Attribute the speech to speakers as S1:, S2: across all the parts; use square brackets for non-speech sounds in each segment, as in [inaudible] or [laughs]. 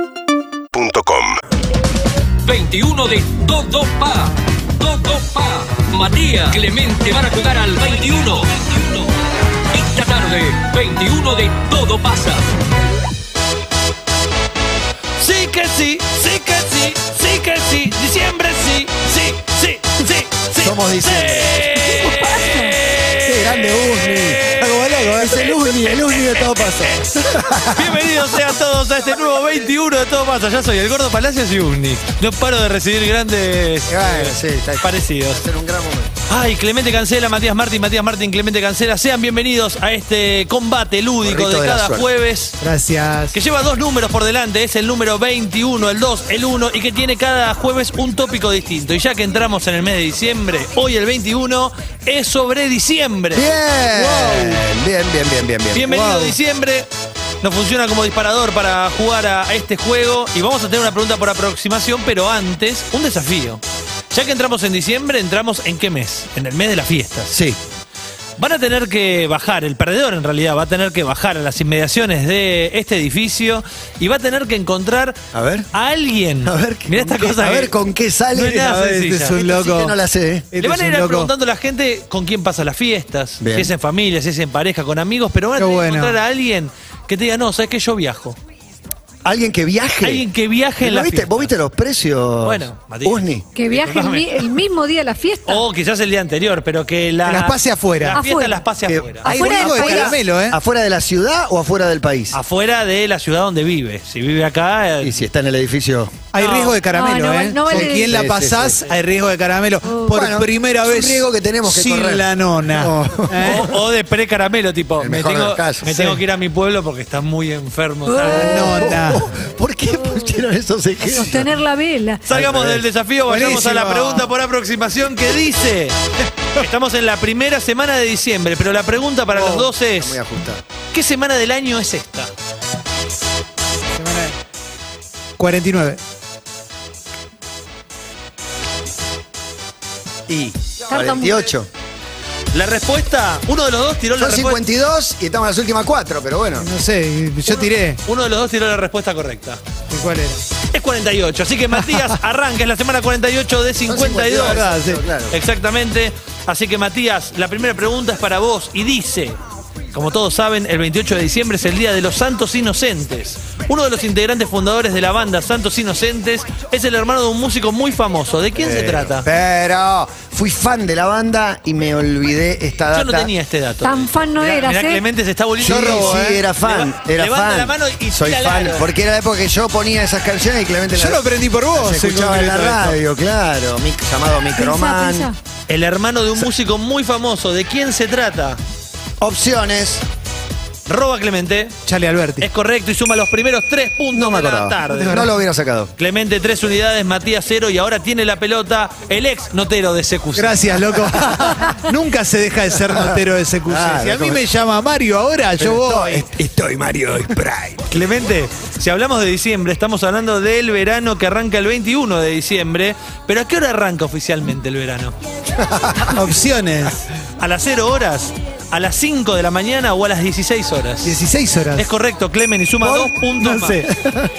S1: UrbanaPlayFM.com
S2: 21 de Todo Pa. Todo Pa. Matías Clemente van a jugar al 21. Esta tarde, 21 de Todo pasa.
S3: Sí que sí, sí que sí, sí que sí. Diciembre sí, sí, sí, sí, sí.
S4: Somos diciembre.
S3: Sí.
S4: ¡Qué grande
S3: Eh.
S4: Usni! Algo algo, es el Usni, el Usni de todo pasa.
S3: [laughs] Bienvenidos sean todos a este nuevo 21 de Todo Pasa. Ya soy el Gordo Palacios y Usni. No paro de recibir grandes
S4: Bueno,
S3: eh,
S4: sí, está ahí.
S3: parecidos.
S4: Ser un gran momento.
S3: Ay, Clemente Cancela, Matías Martín, Matías Martín, Clemente Cancela. Sean bienvenidos a este combate lúdico
S4: Gorrito
S3: de
S4: de la
S3: cada
S4: suerte.
S3: jueves.
S4: Gracias.
S3: Que lleva dos números por delante, es el número 21, el 2, el 1 y que tiene cada jueves un tópico distinto. Y ya que entramos en el mes de diciembre, hoy el 21 es sobre diciembre.
S4: Bien. bien, bien, bien, bien, bien.
S3: Bienvenido
S4: Wow.
S3: a diciembre. Nos funciona como disparador para jugar a este juego y vamos a tener una pregunta por aproximación, pero antes un desafío. Ya que entramos en diciembre, entramos en qué mes? En el mes de las fiestas.
S4: Sí.
S3: Van a tener que bajar, el perdedor en realidad va a tener que bajar a las inmediaciones de este edificio y va a tener que encontrar
S4: A ver.
S3: a alguien.
S4: A ver, qué-
S3: Mirá
S4: con
S3: esta
S4: qué-
S3: cosa.
S4: a
S3: que-
S4: ver con qué sale.
S3: No es nada
S4: A ver,
S3: sencilla.
S4: este es un
S5: Esta sí
S4: loco.
S5: que no la sé, ¿eh?
S4: Este
S3: Le van
S4: es
S3: a
S4: un
S3: ir
S4: loco.
S3: preguntando a la gente con quién pasa las fiestas,
S4: Bien.
S3: si es en familia, si es en pareja, con amigos, pero van a
S5: Qué
S3: tener
S5: bueno.
S3: que encontrar a alguien que te diga, no, sabes que yo viajo.
S4: Alguien que viaje.
S3: Alguien que viaje en
S4: ¿Lo
S3: la
S4: viste?
S3: fiesta.
S4: ¿Vos viste los precios?
S3: Bueno, Matías.
S4: Usni.
S6: Que viaje el, mi-
S3: Disculpame.
S6: el mismo día de la fiesta.
S3: O quizás el día anterior, pero que la,
S5: Que las pase afuera.
S3: Las fiestas
S6: Afuera.
S3: las pase
S4: Que-
S3: afuera.
S5: Hay
S6: Afuera
S5: riesgo
S6: del
S5: de
S6: país.
S5: caramelo, ¿eh?
S4: ¿Afuera de la ciudad o afuera del país?
S3: Afuera de la ciudad donde vive. Si vive acá, eh,
S4: Y si está en el edificio.
S5: Hay
S3: No.
S5: riesgo de caramelo,
S6: No, no,
S5: ¿eh?
S6: no vale Uh.
S5: Con
S6: decir.
S5: quién la
S4: Sí, sí,
S5: pasás,
S4: sí, sí.
S5: hay riesgo de caramelo. Por
S4: Bueno,
S5: primera
S4: es un
S5: vez.
S4: riesgo que tenemos que
S5: sin
S4: correr.
S5: la nona. [laughs]
S4: No.
S5: ¿Eh?
S3: o, o de precaramelo, tipo,
S4: El
S3: me,
S4: mejor
S3: tengo,
S4: del caso,
S3: me
S4: sí.
S3: tengo que ir a mi pueblo porque está muy enfermo. Ah,
S5: La nona.
S4: Oh, ¿Por qué pusieron esos ejemplos?
S6: Sostener la vela.
S3: Salgamos del desafío, vayamos a la
S5: Buenísimo.
S3: pregunta por aproximación que dice. Estamos en la primera semana de diciembre, pero la pregunta para los dos es,
S4: Oh, Muy ajustado.
S3: ¿qué semana del año es esta?
S5: 49.
S4: Y
S6: Tarta
S4: 48.
S3: La respuesta, uno de los dos tiró la
S4: Son
S3: respuesta.
S4: 52 y estamos en las últimas cuatro, pero bueno.
S5: No sé, yo tiré.
S3: Uno de los dos tiró la respuesta correcta.
S5: ¿Y ¿Cuál era?
S3: Es 48, así que
S4: [laughs]
S3: Matías arranca, es la semana 48 de
S4: Son
S3: 52.
S5: ¿verdad? Sí.
S4: claro.
S3: Exactamente. Así que Matías, la primera pregunta es para vos y dice, como todos saben, el 28 de diciembre es el Día de los Santos Inocentes. Uno de los integrantes fundadores de la banda Santos Inocentes es el hermano de un músico muy famoso. ¿De quién se trata?
S4: Eh, Pero fui fan de la banda y me olvidé esta data.
S3: Yo no tenía este dato.
S6: Tan fan no
S3: Mirá,
S6: eras,
S3: mirá,
S6: ¿eh?
S3: Clemente se está
S4: Sí,
S3: volviendo robo,
S4: sí,
S3: ¿eh?
S4: era fan,
S3: Leva-
S4: era
S3: levanta
S4: fan.
S3: la mano y
S4: Soy
S3: tira
S4: fan,
S3: largo.
S4: porque era la época que yo ponía esas canciones y Clemente
S5: Yo
S4: las-
S5: lo aprendí por
S4: las
S5: vos. en
S4: escuchaba en la
S5: concreto ¿eh? esto.
S4: radio, claro, mic- llamado Microman.
S6: Pensá, pensá.
S3: El hermano de un músico muy famoso. ¿De quién se trata?
S4: Opciones.
S3: Roba Clemente.
S5: Chale Alberti.
S3: Es correcto y suma los primeros tres puntos
S4: No me
S3: de la
S4: acordaba.
S3: tarde.
S4: No lo hubiera sacado.
S3: Clemente tres unidades, Matías cero y ahora tiene la pelota el ex notero de CQC.
S4: [laughs]
S5: Gracias, loco. Nunca se deja de ser notero de SQC.
S4: Claro,
S5: si a mí
S4: como-
S5: me llama Mario ahora, yo voy.
S4: Estoy Mario Spray.
S3: [laughs] Clemente, si hablamos de diciembre, estamos hablando del verano que arranca el 21 de diciembre. Pero ¿a qué hora arranca oficialmente el verano?
S5: Opciones.
S3: ¿A las 0 horas? ¿A las 5 de la mañana o a las 16 horas?
S5: 16 horas.
S3: Es correcto, Clemen, y suma
S5: Por-
S3: dos puntos
S5: no sé.
S3: más.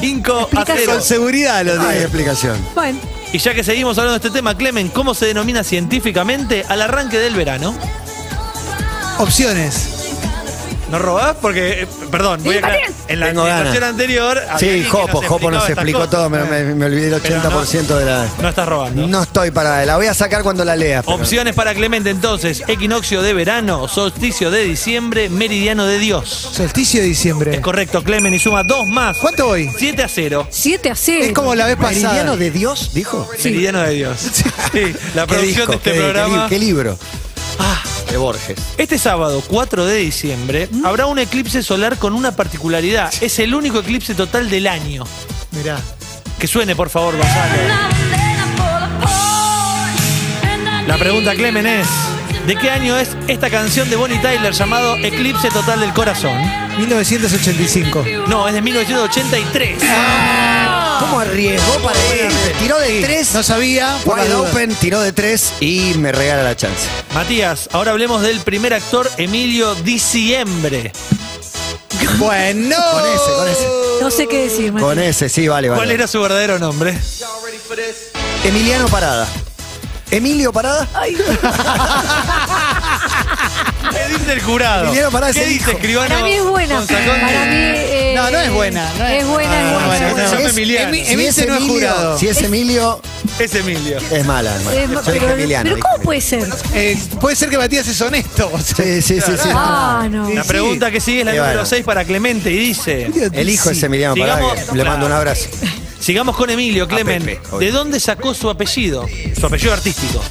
S3: 5 a
S6: Explicación.
S3: 0.
S5: Con seguridad lo
S4: No hay
S5: digo.
S4: explicación.
S6: Bueno,
S3: Y ya que seguimos hablando de este tema, Clemen, ¿cómo se denomina científicamente al arranque del verano?
S5: Opciones.
S3: ¿No robás? Porque, eh, perdón, voy a aclarar.
S6: Matías.
S3: En la
S4: Tengo ganas.
S3: presentación anterior. había
S4: Sí,
S3: alguien que
S4: Jopo, Jopo nos
S3: explicaba estas
S4: explicó
S3: cosas.
S4: todo, me, me- me olvidé el
S3: Pero
S4: 80% de la...
S3: No estás robando.
S4: No estoy parada, la voy a sacar cuando la lea. pero-
S3: Opciones para Clemente entonces: equinoccio de verano, solsticio de diciembre, meridiano de Dios.
S5: Solsticio de diciembre.
S3: Es correcto, Clemen, y suma dos más.
S5: ¿Cuánto voy?
S3: 7 a 0.
S6: 7 a 0.
S5: Es como la vez pasada.
S4: ¿Meridiano de Dios, dijo?
S3: Meridiano de Dios. Sí, la
S4: ¿Qué
S3: producción
S4: disco?
S3: de este
S4: ¿Qué- qué li-
S3: programa.
S4: ¿Qué libro? De Borges.
S3: Ah,
S4: Mm.
S3: Este sábado, 4 de diciembre, habrá un eclipse solar con una particularidad. Es el único eclipse total del año.
S5: Mirá.
S3: Que suene, por favor, Gonzalo. La pregunta, Clemen, es: ¿de qué año es esta canción de Bonnie Tyler llamado Eclipse Total del Corazón?
S5: 1985.
S3: No, es de 1983.
S4: ¿Cómo arriesgó para ir? Tiró de tres,
S5: No sabía. por las
S4: wide
S5: dudas.
S4: open, tiró de tres y me regala la chance.
S3: Matías, ahora hablemos del primer actor Emilio Diciembre.
S5: Bueno.
S4: Con ese, con ese.
S6: No sé qué decir, Mati.
S4: Con ese, sí, vale, vale.
S3: ¿Cuál era su verdadero
S4: [laughs]
S3: nombre?
S4: Emiliano Parada. Emilio Parada.
S3: ¿Qué dice el jurado?
S4: Vinieron para
S3: ¿Qué
S4: ese
S3: dice
S4: hijo.
S3: escribano?
S6: Para mí es buena.
S3: con sacón de-
S6: Para mí. eh,
S5: No, no es buena, no es-
S6: es buena, es
S5: Ah, bueno,
S6: buena,
S5: bueno,
S6: es
S3: llama
S6: buena.
S4: Es-
S3: Emiliano.
S5: Emi- Emi-
S4: es
S5: ese no es
S4: Emilio-
S5: jurado.
S4: Si es Emilio,
S3: Es Emilio.
S4: es mala, hermano.
S6: Es ma-
S4: Yo dije
S6: pero,
S4: Emiliano.
S6: pero
S4: dije
S6: ¿cómo
S4: Emiliano.
S6: puede ser?
S5: Eh, puede ser que Matías es honesto. o sea,
S4: Sí, sí, sí, sí.
S6: Ah, no.
S5: Sí,
S3: La
S5: sí.
S3: pregunta que sigue es la
S4: Qué
S3: número
S4: bárbaro.
S3: 6 para Clemente y dice...
S4: El hijo es Emiliano Parada.
S3: Sigamos.
S4: que Le mando un abrazo.
S3: Sigamos con Emilio, Clemente.
S4: Pepe, obvio.
S3: ¿De dónde sacó su apellido? Su apellido artístico.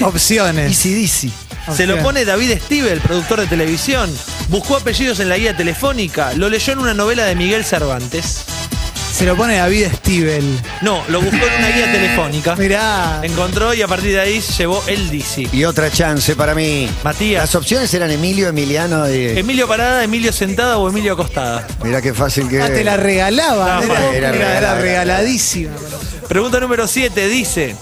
S5: Opciones.
S4: Easy Dizzy.
S3: Se lo pone David Steve, el productor de televisión. Buscó apellidos en la guía telefónica. Lo leyó en una novela de Miguel Cervantes.
S5: Se lo pone David Stivel.
S3: No, lo buscó en una guía telefónica.
S5: Mirá.
S3: Encontró y a partir de ahí llevó el DC.
S4: Y otra chance para mí. Las
S3: Matías.
S4: opciones eran Emilio, Emiliano y.
S3: Emilio Parada, Emilio Sentada o Emilio Acostada.
S4: Mirá qué fácil que.
S5: Ah, te la regalaba.
S3: Ah,
S5: era,
S3: bueno,
S4: era
S5: era- era
S4: regalada.
S5: regaladísima.
S3: Pregunta número 7 dice: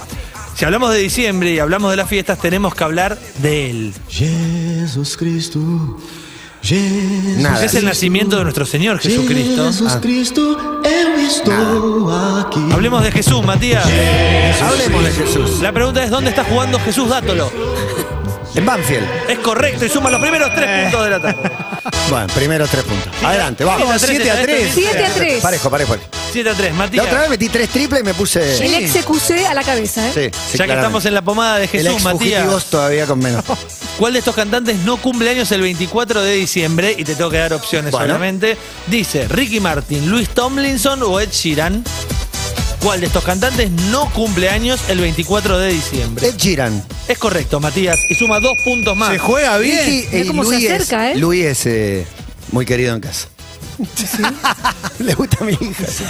S3: Si hablamos de diciembre y hablamos de las fiestas, tenemos que hablar de él.
S1: Jesus Cristo, Jesus,
S4: Nada.
S3: Es el nacimiento de nuestro Señor Jesucristo.
S1: Jesus Cristo, eu estou aqui.
S3: Hablemos de Jesús, Matías.
S4: Hablemos de Jesús.
S3: La pregunta es: ¿dónde está jugando Jesús Dátolo?
S4: En Banfield.
S3: Es correcto y suma los primeros
S4: Eh.
S3: tres puntos de la tarde.
S4: [laughs] Bueno, primero tres puntos. Adelante, vamos.
S5: Vamos, 7 a 3.
S6: 7 a 3.
S4: Parejo, parejo.
S3: 7 a 3,
S4: La
S3: Matías.
S4: otra vez metí tres triples y me puse.
S6: El ex CQC a la cabeza, ¿eh?
S4: Sí, sí,
S3: ya que
S4: claramente.
S3: estamos en la pomada de
S4: El
S3: Jesús,
S4: ex
S3: Matías,
S4: fugitivos todavía con
S3: [laughs]
S4: menos.
S3: ¿cuál de estos cantantes no cumple años el 24 de diciembre? Y te tengo que dar opciones
S4: Bueno.
S3: solamente. Dice Ricky Martin, Luis Tomlinson o Ed Sheeran. ¿Cuál de estos cantantes no cumple años el 24 de diciembre?
S4: Ed Giran.
S3: Es correcto, Matías, y suma dos puntos más.
S5: Se juega bien.
S4: Ricky
S6: Mirá
S4: y
S6: cómo se
S4: Luis es-
S6: acerca, ¿eh?
S4: Luis es eh, muy querido en casa. [laughs] Le gusta a mi hija. sí.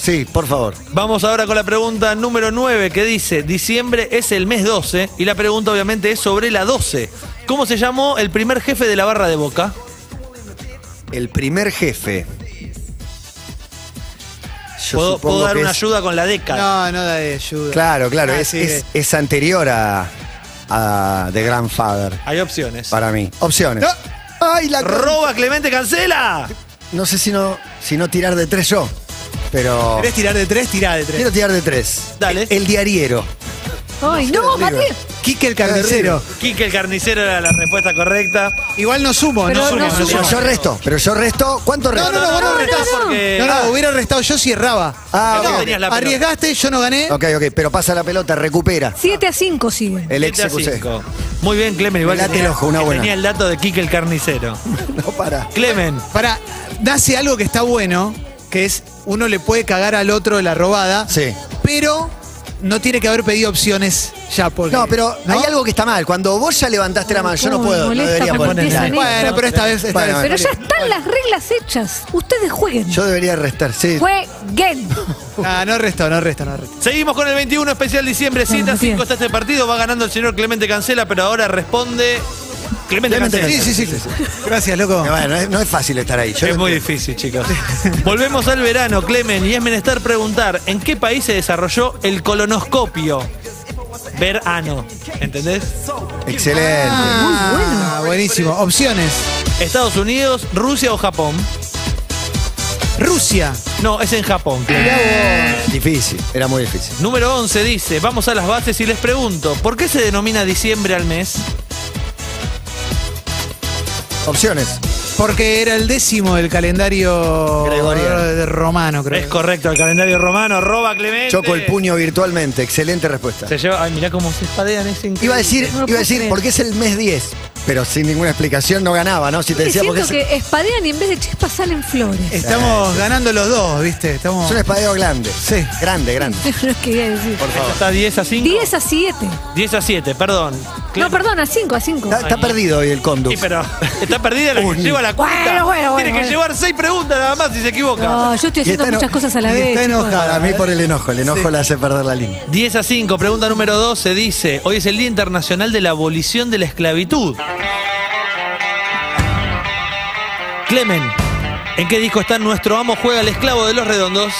S4: Sí, por favor.
S3: Vamos ahora con la pregunta número 9 que dice, diciembre es el mes 12 y la pregunta obviamente es sobre la 12. ¿Cómo se llamó el primer jefe de la barra de Boca?
S4: El primer jefe. Yo
S3: ¿Puedo,
S4: supongo
S3: puedo dar
S4: que
S3: una
S4: es-
S3: ayuda con la década?
S5: No, no da de ayuda.
S4: Claro, claro.
S5: Ah,
S4: es,
S5: sí,
S4: es- es anterior a, a The Grandfather
S3: Hay opciones.
S4: para mí. Opciones.
S5: No.
S4: ¡Ay, la
S3: ¡Roba Clemente Cancela!
S4: No sé si no, si no tirar de tres yo, pero
S5: ¿Querés tirar de 3? Tirá de 3.
S4: quiero tirar de tres.
S3: Dale.
S4: El diariero.
S6: Ay, no,
S4: River.
S6: Matías.
S5: Quique el carnicero.
S3: Quique el carnicero era la respuesta correceta.
S5: Igual no sumo,
S6: Pero
S5: no
S6: no
S5: sumo.
S6: sumo.
S4: Pero yo resto, pero yo resto. ¿Cuánto resto?
S5: No, no, no, vos no,
S6: no,
S5: restás.
S6: no, no.
S5: porque- No, no, hubiera restado yo si erraba.
S4: Ah,
S3: No
S4: ok.
S3: tenías la pelota.
S5: Arriesgaste, yo no gané.
S4: ok, ok, pero pasa la pelota, recupera.
S6: 7 a 5 sigue.
S4: El ex
S3: Siete a cinco. Muy bien, Clemen. Igual
S4: Me late
S3: tenía-
S4: el ojo, una
S3: que
S4: buena.
S3: tenía el dato de Quique el carnicero.
S4: [laughs] No para.
S3: Clemen,
S5: Para, nace algo que está bueno, que es uno le puede cagar al otro la robada,
S4: Sí.
S5: pero no tiene que haber pedido opciones ya porque.
S4: No, pero
S5: ¿no?
S4: hay algo que está mal. Cuando vos ya levantaste la mano, yo no
S6: Cómo me
S4: puedo. No
S6: molesta
S4: debería
S6: cuando
S4: poner
S6: empiezan
S4: nada.
S5: Bueno,
S6: esto.
S5: pero esta vez. esta
S4: Bueno,
S5: vez-
S6: Pero ya están las reglas hechas. Ustedes jueguen.
S4: Yo debería restar, sí.
S6: Jueguen.
S5: Ah, no resto, no resto, no resto.
S3: seguimos con el 21 especial diciembre. 7 a 5 está este partido. Va ganando el señor Clemente Cancela, pero ahora responde. Clemente,
S4: Clemente
S3: Cancela.
S5: Sí, sí, sí. Gracias, loco.
S4: Eh, bueno, no es, no es fácil estar ahí. Yo
S3: Es
S4: no-
S3: muy difícil,
S4: [laughs]
S3: chicos. Volvemos al verano, Clemen, y es menester preguntar en qué país se desarrolló el colonoscopio. Verano, ¿entendés?
S4: Excelente.
S5: Ah, buenísimo. Opciones.
S3: Estados Unidos, Rusia o Japón.
S5: Rusia.
S3: No, es en Japón. Clemen.
S4: Difícil, era muy difícil.
S3: Número 11 dice, vamos a las bases y les pregunto, ¿por qué se denomina diciembre al mes?
S4: Opciones.
S5: Porque era el décimo del calendario
S4: Gregoriano.
S5: romano, creo.
S3: Es correcto, el calendario romano, roba Clemente.
S4: Choco el puño virtualmente. Excelente respuesta.
S3: Se lleva, ay, mirá cómo se espadean, es increíble.
S4: Iba a decir,
S6: No lo
S4: iba
S6: puedo
S4: a decir,
S6: creer.
S4: porque es el mes 10. Pero sin ninguna explicación no ganaba, ¿no? Si te decía,
S6: siento
S4: porque es,
S6: que espadean y en vez de chispas salen flores.
S5: Estamos ganando los dos, ¿viste? Estamos.
S4: es un espadeo grande.
S5: Sí.
S4: Grande, grande.
S6: No quería decir.
S4: Por favor.
S3: Está 10 a 5.
S6: 10 a 7.
S3: 10 a 7, perdón.
S6: No,
S3: Clemen-
S6: perdón, a 5 a 5.
S4: Está, está perdido hoy el conduct.
S3: Sí, pero está perdida la que lleva la cuenta.
S6: Bueno, bueno,
S3: Tiene
S6: bueno,
S3: que
S6: bueno.
S3: llevar seis preguntas nada más si se equivoca.
S6: No, yo estoy
S4: Y
S6: haciendo
S4: está
S6: muchas
S4: eno-
S6: cosas a la
S4: y
S6: vez.
S4: Está
S6: chicos.
S4: enojada. A mí por el enojo. El enojo la hace perder la línea.
S3: 10 a 5, pregunta número 12 dice, hoy es el Día Internacional de la Abolición de la Esclavitud. Clemen, ¿en qué disco está Nuestro Amo Juega al Esclavo de los Redondos?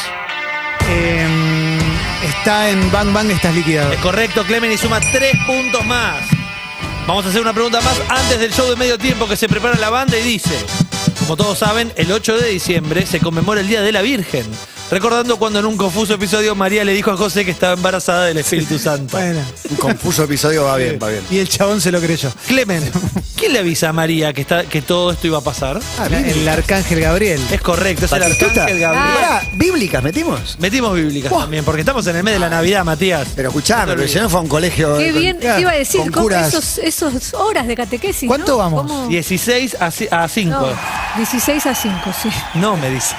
S5: Em, está en Bang Bang, estás liquidado.
S3: Es correcto, Clemen, y suma tres puntos más. Vamos a hacer una pregunta más antes del show de medio tiempo que se prepara la banda y dice, como todos saben, el 8 de diciembre se conmemora el Día de la Virgen, recordando cuando en un confuso episodio María le dijo a José que estaba embarazada del Espíritu Santo.
S5: Bueno.
S4: Un confuso episodio va bien, va bien.
S5: Y el chabón se lo creyó.
S3: Clemen, ¿quién le avisa a María que, está, que todo esto iba a pasar?
S5: La- el arcángel Gabriel.
S3: Es correcto, es el
S4: Batistuta.
S3: arcángel
S6: Ah,
S3: Gabriel.
S4: Pará, Ah, bíblicas metimos.
S3: Metimos bíblicas también, porque estamos en el mes de la Navidad, Matías.
S4: Pero escuchame, pero si no fue a un colegio.
S6: Qué
S4: con-
S6: bien,
S4: con
S6: te iba a decir, ¿cómo
S4: curas.
S6: esos, esos horas de catequesis. ¿no?
S5: ¿Cuánto vamos?
S6: ¿Cómo?
S3: 16 a, ci- a 5.
S6: No, 16 a 5, sí.
S3: No, me dice.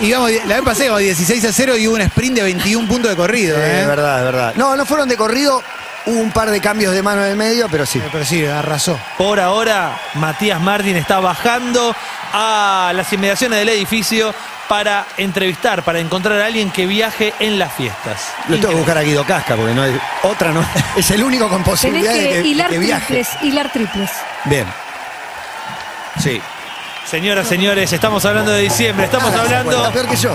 S5: Íbamos- la vez pasada íbamos 16 a 0 y hubo un sprint de 21 puntos de corrido.
S4: Sí,
S5: ¿eh?
S4: es verdad, es verdad. No, no fueron de corrido. Hubo un par de cambios de mano en el medio, pero sí.
S5: Pero sí, arrasó.
S3: Por ahora, Matías Martín está bajando a las inmediaciones del edificio para entrevistar, para encontrar a alguien que viaje en las fiestas.
S4: Lo tengo que buscar a Guido Casca, porque no hay otra, no. [laughs] Es el único con
S6: Tenés
S4: posibilidad
S6: que
S4: de que,
S6: hilar
S4: que viaje.
S6: triples, hilar triples.
S4: Bien. Sí.
S3: Señoras, señores, estamos hablando de diciembre, estamos
S4: Ah, bueno,
S3: hablando...
S4: Peor que yo.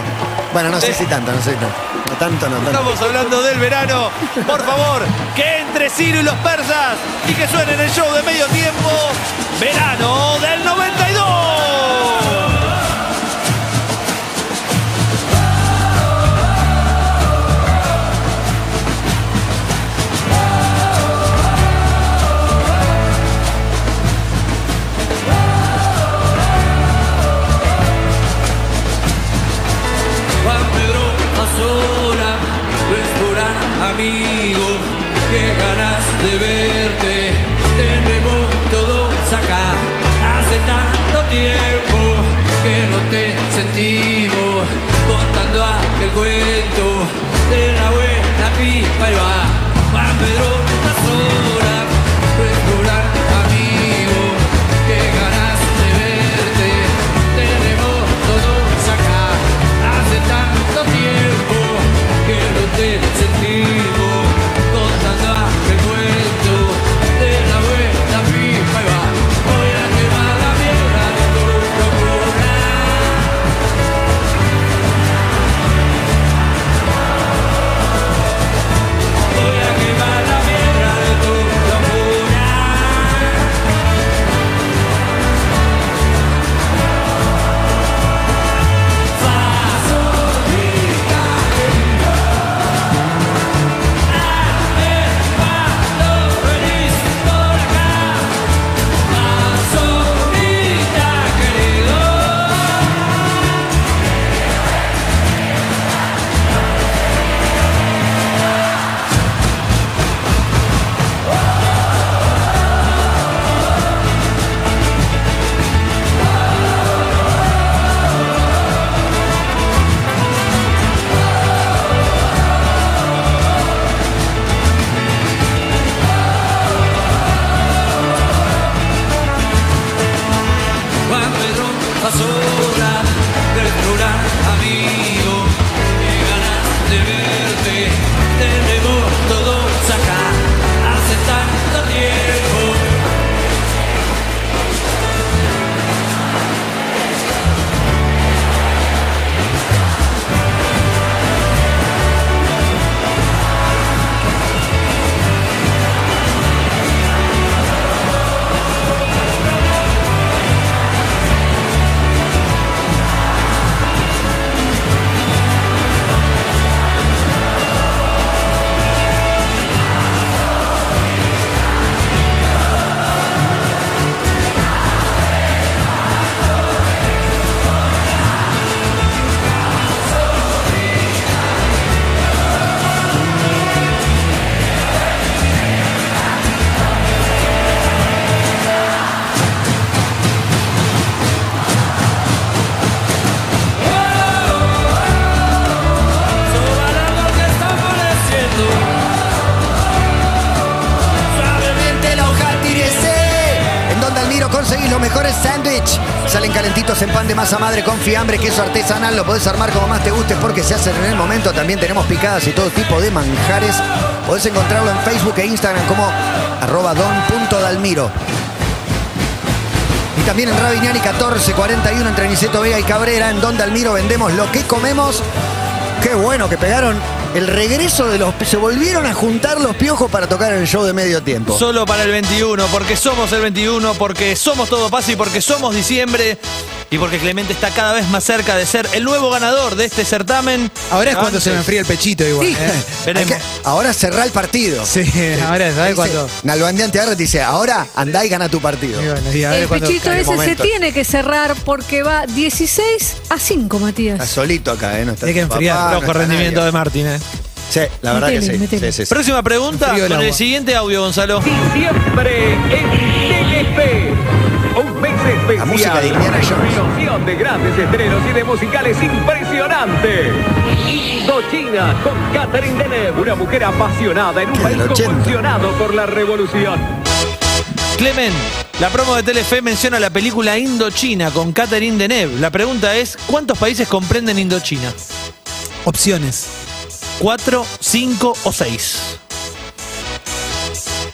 S4: Bueno, no sé
S3: de-
S4: si tanto, no sé si tanto. No tanto, no tanto.
S3: Estamos hablando del verano. Por favor, que entre Ciro y los persas y que suene en el show de medio tiempo. Verano del 92.
S2: Juan Pedro Azora, restaurante amigo, qué ganas de verte, tenemos todo acá. Hace tanto tiempo que no te sentimos, contando aquel cuento de la buena pipa y va. Juan Pedro Azora, restaurante amigo, qué ganas de verte, tenemos todo acá. Hace tanto tiempo que no te sentimos Contando aquel cuento de la buena pipa y va Voy a quemar la piedra de tu corazón Voy a quemar la piedra de tu corazón Juan Pedro Azora, restaurar amigo, qué ganas de verte, tenemos todos acá, hace tanto tiempo. Sobará lo que está amaneciendo.
S4: Suavemente la hoja tírese. En Don Dalmiro conseguís los mejores sándwich. Salen calentitos en pan de masa madre con fiambre, queso artesanal. Lo podés armar como más te guste porque se hacen en el momento. También tenemos picadas y todo tipo de manjares. Podés encontrarlo en Facebook e Instagram como arroba don.dalmiro. Y también en Rabiniani 1441 entre Niceto Vega y Cabrera. En Don Dalmiro vendemos lo que comemos. Qué bueno que pegaron El regreso de los... Se volvieron a juntar los piojos para tocar el show de medio tiempo.
S3: Solo para el 21, porque somos el 21, porque somos Todo Pasa y porque somos diciembre. Y porque Clemente está cada vez más cerca de ser el nuevo ganador de este certamen.
S5: Ahora es cuando se me
S3: Antes-
S5: enfría el pechito igual.
S4: Sí.
S5: [laughs] ¿eh?
S4: Hay
S3: Veremos.
S4: que- ahora cerrá el partido.
S5: Sí, ahora es, ¿sabes cuando?
S4: Nalbandian te agarra y te dice, ahora andá y gana tu partido.
S5: Y bueno, y a
S6: El
S5: ver cuando-
S6: pechito
S4: en el
S6: ese se
S4: momento.
S6: tiene que cerrar porque va 16 a 5, Matías.
S4: Está solito acá, ¿eh? No está
S5: Hay que
S4: tu
S5: enfriar,
S4: papá, no
S3: Loco
S4: está
S3: rendimiento de
S4: nadie.
S3: Martín, eh.
S4: Sí, la verdad que
S6: Metele,
S4: sí.
S6: metele.
S4: Sí, sí, sí.
S3: Próxima pregunta
S5: Frío el
S3: con el
S5: agua.
S3: siguiente audio, Gonzalo.
S2: Diciembre en TLP. Un mes especial.
S4: La música de Indiana Jones.
S2: Reunión de grandes estrenos y de musicales impresionantes. Indochina con Catherine Deneuve, una mujer apasionada en un
S4: Qué
S2: país
S4: del 80.
S2: convulsionado por la revolución.
S3: Clemen, la promo de Telefe menciona la película Indochina con Catherine Deneuve. La pregunta es, ¿cuántos países comprenden Indochina?
S5: Eh. Opciones.
S3: ¿Cuatro, cinco o seis?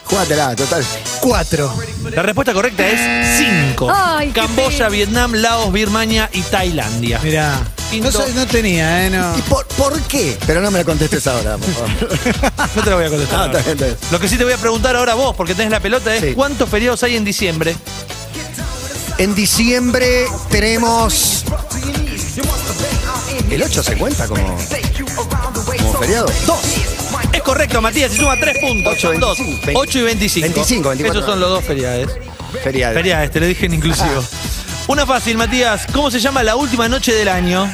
S4: Jugátela, total.
S5: Cuatro.
S3: La respuesta correcta es cinco.
S6: Ay, qué
S3: Camboya,
S6: pena.
S3: Vietnam, Laos, Birmania y Tailandia.
S5: Mirá.
S3: Quinto.
S5: No, soy- no tenía, ¿eh? No.
S6: Ah.
S4: ¿Y por, por qué? Pero no me la contestes ahora, por
S6: [laughs]
S4: favor.
S3: No te lo voy a contestar.
S4: Ah,
S3: ahora.
S4: está bien, está bien.
S3: Lo que sí te voy a preguntar ahora vos, porque tenés la pelota, es
S4: Sí.
S3: ¿cuántos feriados hay en diciembre?
S4: En diciembre tenemos. El 8 se cuenta como. como feriado. Dos.
S3: Es correcto, Matías, se suma tres puntos.
S4: Ocho,
S3: Son dos.
S4: 25.
S3: 8 y 25.
S4: 25, 24.
S3: Esos son los dos feriados.
S4: Feriado.
S3: Feriados, te este, lo dije en
S5: [laughs]
S3: inclusivo. Una fácil, Matías. ¿Cómo se llama la última noche del año?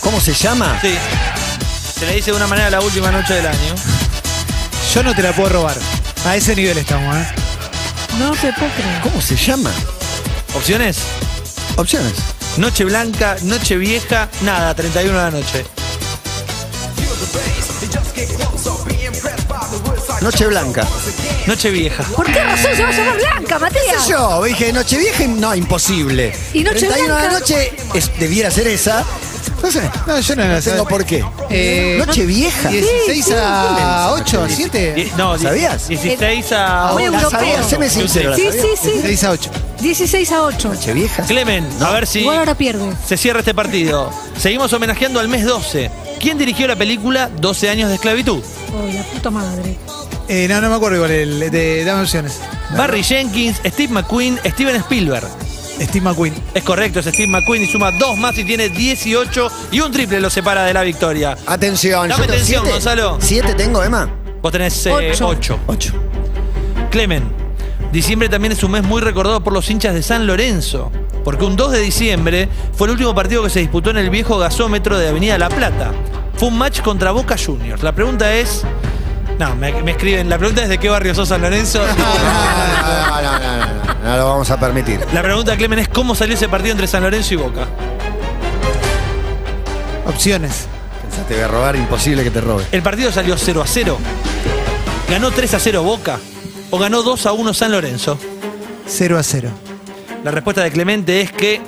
S4: ¿Cómo se llama?
S3: Sí. Se le dice de una manera la última noche del año.
S5: Yo no te la puedo robar. A ese nivel estamos, ¿eh?
S6: No se puede creer.
S4: ¿Cómo se llama?
S3: ¿Opciones?
S4: Opciones.
S3: Noche blanca, noche vieja, nada, 31 de la noche.
S4: Noche Blanca.
S3: Noche vieja.
S6: ¿Por qué razón se va a llamar Blanca,
S4: ¿Qué
S6: Matías?
S4: sé yo? Dije, Nochevieja, no, imposible.
S6: ¿Y Noche
S4: 31 de la
S6: Blanca?
S4: noche es- debiera ser esa. No sé.
S5: No, yo no la
S4: No tengo por qué.
S5: Eh,
S4: noche Vieja.
S5: 16 a
S4: Sí, sí.
S5: 8, a 7.
S3: Die- no, die-
S4: ¿Sabías? Ah,
S3: 16 a.
S6: Muy
S4: La
S6: europeo.
S4: sabía, séme sincero. la
S6: Sí,
S4: sabía.
S6: sí, sí.
S5: 16 a 8.
S6: 16 a 8.
S4: Noche Vieja.
S3: Clemen, a ver si
S6: Igual ahora pierde.
S3: se cierra este partido. Seguimos homenajeando al mes 12. ¿Quién dirigió la película 12 años de esclavitud?
S6: Uy, la puta madre.
S5: Eh, no, no me acuerdo igual. El, de, dame opciones.
S3: Barry Jenkins, Steve McQueen, Steven Spielberg.
S5: Steve McQueen.
S3: Es correcto, es Steve McQueen y suma dos más y tiene 18 y un triple lo separa de la victoria.
S4: Atención.
S3: Dame
S4: yo tengo
S3: atención,
S4: siete.
S3: Gonzalo.
S4: ¿Siete tengo, Emma?
S3: Vos tenés
S6: Ocho.
S3: 8.
S4: Ocho.
S3: Clemen, diciembre también es un mes muy recordado por los hinchas de San Lorenzo, porque un 2 de diciembre fue el último partido que se disputó en el viejo gasómetro de Avenida La Plata. Fue un match contra Boca Juniors. La pregunta es... No, me, me escriben, la pregunta es de qué barrio sos San Lorenzo.
S4: Ah, No, no, no, no, no, no, no lo vamos a permitir.
S3: La pregunta, Clemen, es cómo salió ese partido entre San Lorenzo y Boca.
S5: Opciones.
S4: Ya te voy a robar, imposible que te [laughs] robe.
S3: El partido salió 0 a 0. ¿Ganó 3 a 0 Boca? ¿O ganó 2 a 1 San Lorenzo?
S5: 0 a 0.
S3: La respuesta de Clemente es que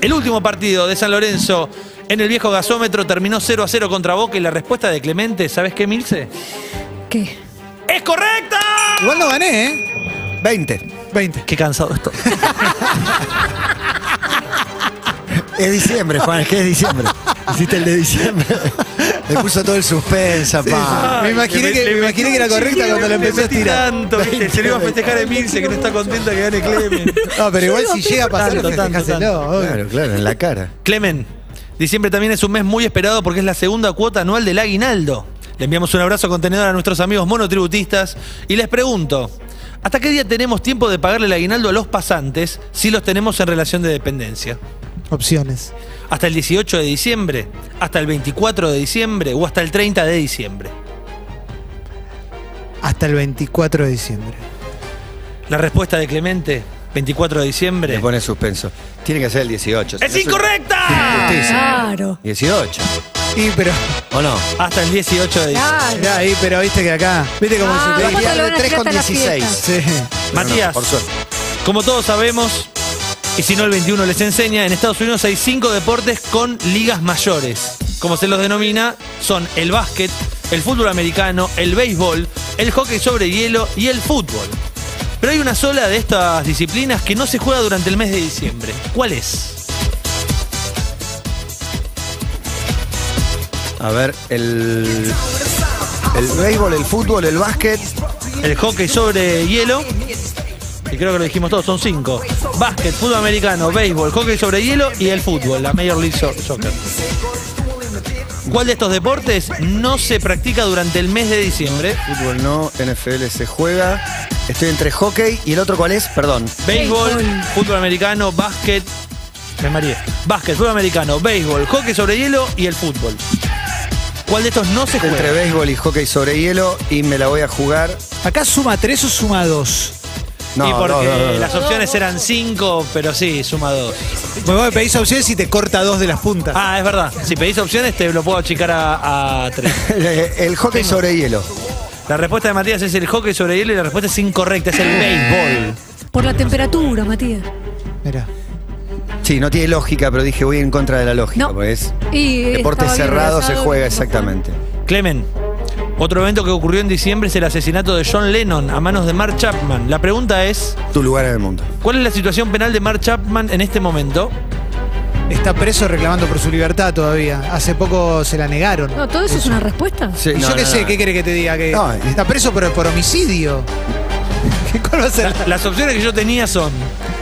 S3: el último partido de San Lorenzo en el viejo gasómetro terminó 0 a 0 contra Boca y la respuesta de Clemente, ¿sabes qué, Milce?
S6: ¿Qué?
S3: ¡Es correcta!
S5: Igual no gané, ¿eh?
S4: 20.
S5: 20.
S3: Qué cansado estoy.
S4: Es diciembre, Juan, es que es diciembre. Hiciste el de diciembre. Me puso todo el suspensa,
S3: Ah,
S4: pa.
S5: Ah, me imaginé, que, me imaginé que era correcta cuando la empecé a
S3: metí
S5: tirar.
S3: tanto, ¿viste? Se lo iba a festejar a Emilce que no está contenta que gane Clemen.
S5: No, pero igual
S6: Yo
S5: si
S6: digo,
S5: llega a pasar,
S3: tanto, tanto,
S5: festejáselo, obvio.
S4: Claro, claro, en la cara.
S3: Clemen, diciembre también es un mes muy esperado porque es la segunda cuota anual del aguinaldo. Le enviamos un abrazo contenedor a nuestros amigos monotributistas y les pregunto, ¿hasta qué día tenemos tiempo de pagarle el aguinaldo a los pasantes si los tenemos en relación de dependencia?
S5: Opciones.
S3: ¿Hasta el 18 de diciembre? ¿Hasta el 24 de diciembre? ¿O hasta el 30 de diciembre?
S5: Hasta el 24 de diciembre.
S3: La respuesta de Clemente, 24 de
S4: Le
S3: diciembre,
S4: pone suspenso. Tiene que ser el 18.
S3: es
S4: si no
S3: incorrecta.
S6: Claro.
S4: 18.
S5: Y pero,
S4: ¿O no?
S3: Hasta el 18 de diciembre.
S6: Claro.
S5: mirá, ahí, pero viste que acá. Viste cómo
S6: Ah,
S5: se
S6: ¿cuánto
S5: te
S6: le van a
S4: tres
S6: tirar
S4: con
S6: hasta la
S4: 16.
S6: fiesta?
S5: Sí.
S3: Matías,
S4: por suerte.
S3: Como todos sabemos, y si no el 21 les enseña, en Estados Unidos hay cinco deportes con ligas mayores. Como se los denomina, son el básquet, el fútbol americano, el béisbol, el hockey sobre hielo y el fútbol. Pero hay una sola de estas disciplinas que no se juega durante el mes de diciembre. ¿Cuál es?
S4: A ver, el. El béisbol, el fútbol, el básquet.
S3: El hockey sobre hielo. Y creo que lo dijimos todos, son cinco. Básquet, fútbol americano, béisbol, hockey sobre hielo y el fútbol, la Major League So- Soccer. ¿Cuál de estos deportes no se practica durante el mes de diciembre?
S4: Fútbol no, NFL se juega. Estoy entre hockey y el otro, ¿cuál es? Perdón.
S3: Béisbol, fútbol americano, básquet. Me mareé. Básquet, fútbol americano, béisbol, hockey sobre hielo y el fútbol. ¿Cuál de estos no se juega?
S4: Entre béisbol y hockey sobre hielo y me la voy a jugar.
S5: Acá suma tres o suma dos.
S4: No,
S3: y
S4: no,
S3: porque
S4: no, no, no.
S3: las opciones eran cinco, pero sí, suma dos.
S5: Me voy a pedir opciones y te corta dos de las puntas.
S3: Ah, es verdad. Si pedís opciones, te lo puedo achicar a, a tres.
S4: El, [laughs] el hockey sobre hielo.
S3: La respuesta de Matías es el hockey sobre hielo y la respuesta es incorrecta, es el béisbol.
S6: Por la temperatura, Matías.
S5: Mirá.
S4: Sí, no tiene lógica, pero dije voy en contra de la lógica,
S6: No.
S4: porque es
S6: Y
S4: deporte
S6: estaba bien
S4: cerrado, se
S6: abrazado,
S4: juega
S6: no
S4: exactamente.
S3: Clemen, otro evento que ocurrió en diciembre es el asesinato de John Lennon a manos de Mark Chapman. La pregunta es,
S4: Tu lugar en el mundo.
S3: ¿cuál es la situación penal de Mark Chapman en este momento?
S5: Está preso reclamando por su libertad todavía. Hace poco se la negaron.
S6: No, todo eso es una respuesta.
S4: Sí,
S5: y
S4: no,
S5: yo qué
S4: no,
S5: sé,
S4: no.
S5: ¿qué quiere que te diga? Que
S4: No, y-
S5: está preso por, por homicidio. ¿Qué cuál va a ser?
S3: Las opciones que yo tenía son,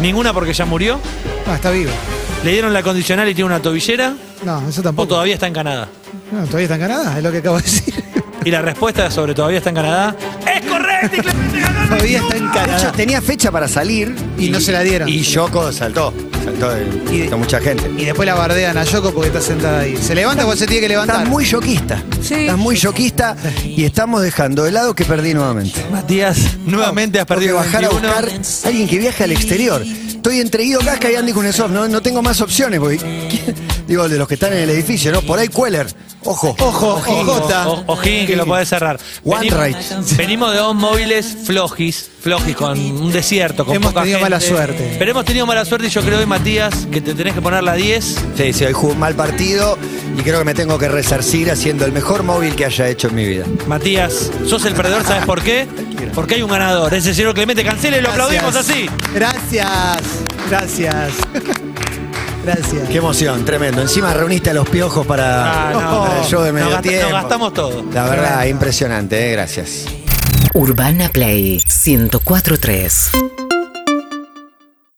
S3: ninguna porque ya murió,
S5: No, está vivo.
S3: le dieron la condicional y tiene una tobillera,
S5: No, eso
S3: o
S5: tampoco.
S3: todavía está en Canadá.
S5: No, todavía está en Canadá, es lo que acabo de decir.
S3: Y la respuesta sobre todavía está en Canadá es correcta y Clemente ganó el
S5: todavía está en
S4: De
S5: Canadá.
S4: hecho, tenía fecha para salir
S5: Y no se la dieron.
S4: Y Yoko saltó. Saltó de,
S5: Y-
S4: saltó mucha gente.
S5: Y después la bardean a Yoko porque está sentada ahí. ¿Se levanta o se tiene que levantar?
S4: Estás muy yoquista.
S6: Sí.
S4: Estás muy yoquista y estamos dejando de lado que perdí nuevamente.
S3: Matías, nuevamente has perdido
S4: Porque bajar
S3: 21.
S4: a buscar a alguien que viaje al exterior. Estoy entre Guido Casca y Andy Kunesov. No, no tengo más opciones, porque- [laughs] Digo, de los que están en el edificio, ¿no? Por ahí Queller. Ojo.
S5: Ojo, ojota.
S3: O- Ojín, que lo podés cerrar.
S4: One
S3: Venimos-
S4: right.
S3: Venimos de dos móviles flojis, flojis con un desierto, con
S5: Hemos
S3: poca
S5: tenido
S3: gente.
S5: mala suerte.
S3: Pero hemos tenido mala suerte y yo creo hoy, Matías, que te tenés que poner la 10.
S4: Sí, sí, hoy jugó un mal partido y creo que me tengo que resarcir haciendo el mejor móvil que haya hecho en mi vida.
S3: Matías, sos el perdedor, ¿sabes por qué? Porque hay un ganador. Ese señor Clemente Cancela y lo aplaudimos así.
S5: Gracias, gracias. [laughs] Gracias.
S4: Qué emoción, tremendo. Encima reuniste a los piojos para,
S3: Ah, no.
S4: para el show de
S3: Nos
S4: medio
S3: gasta- nos
S4: tiempo.
S3: gastamos todo.
S4: La verdad, impresionante, eh, gracias.
S7: Urbana Play 1043.